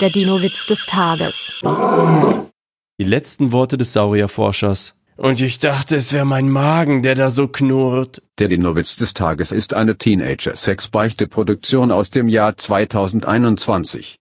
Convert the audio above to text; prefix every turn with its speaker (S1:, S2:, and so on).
S1: Der Dino-Witz des Tages.
S2: Die letzten Worte des Saurierforschers.
S3: Und ich dachte, es wäre mein Magen, der da so knurrt.
S4: Der Dinowitz des Tages ist eine Teenager-Sex-Beichte-Produktion aus dem Jahr 2021.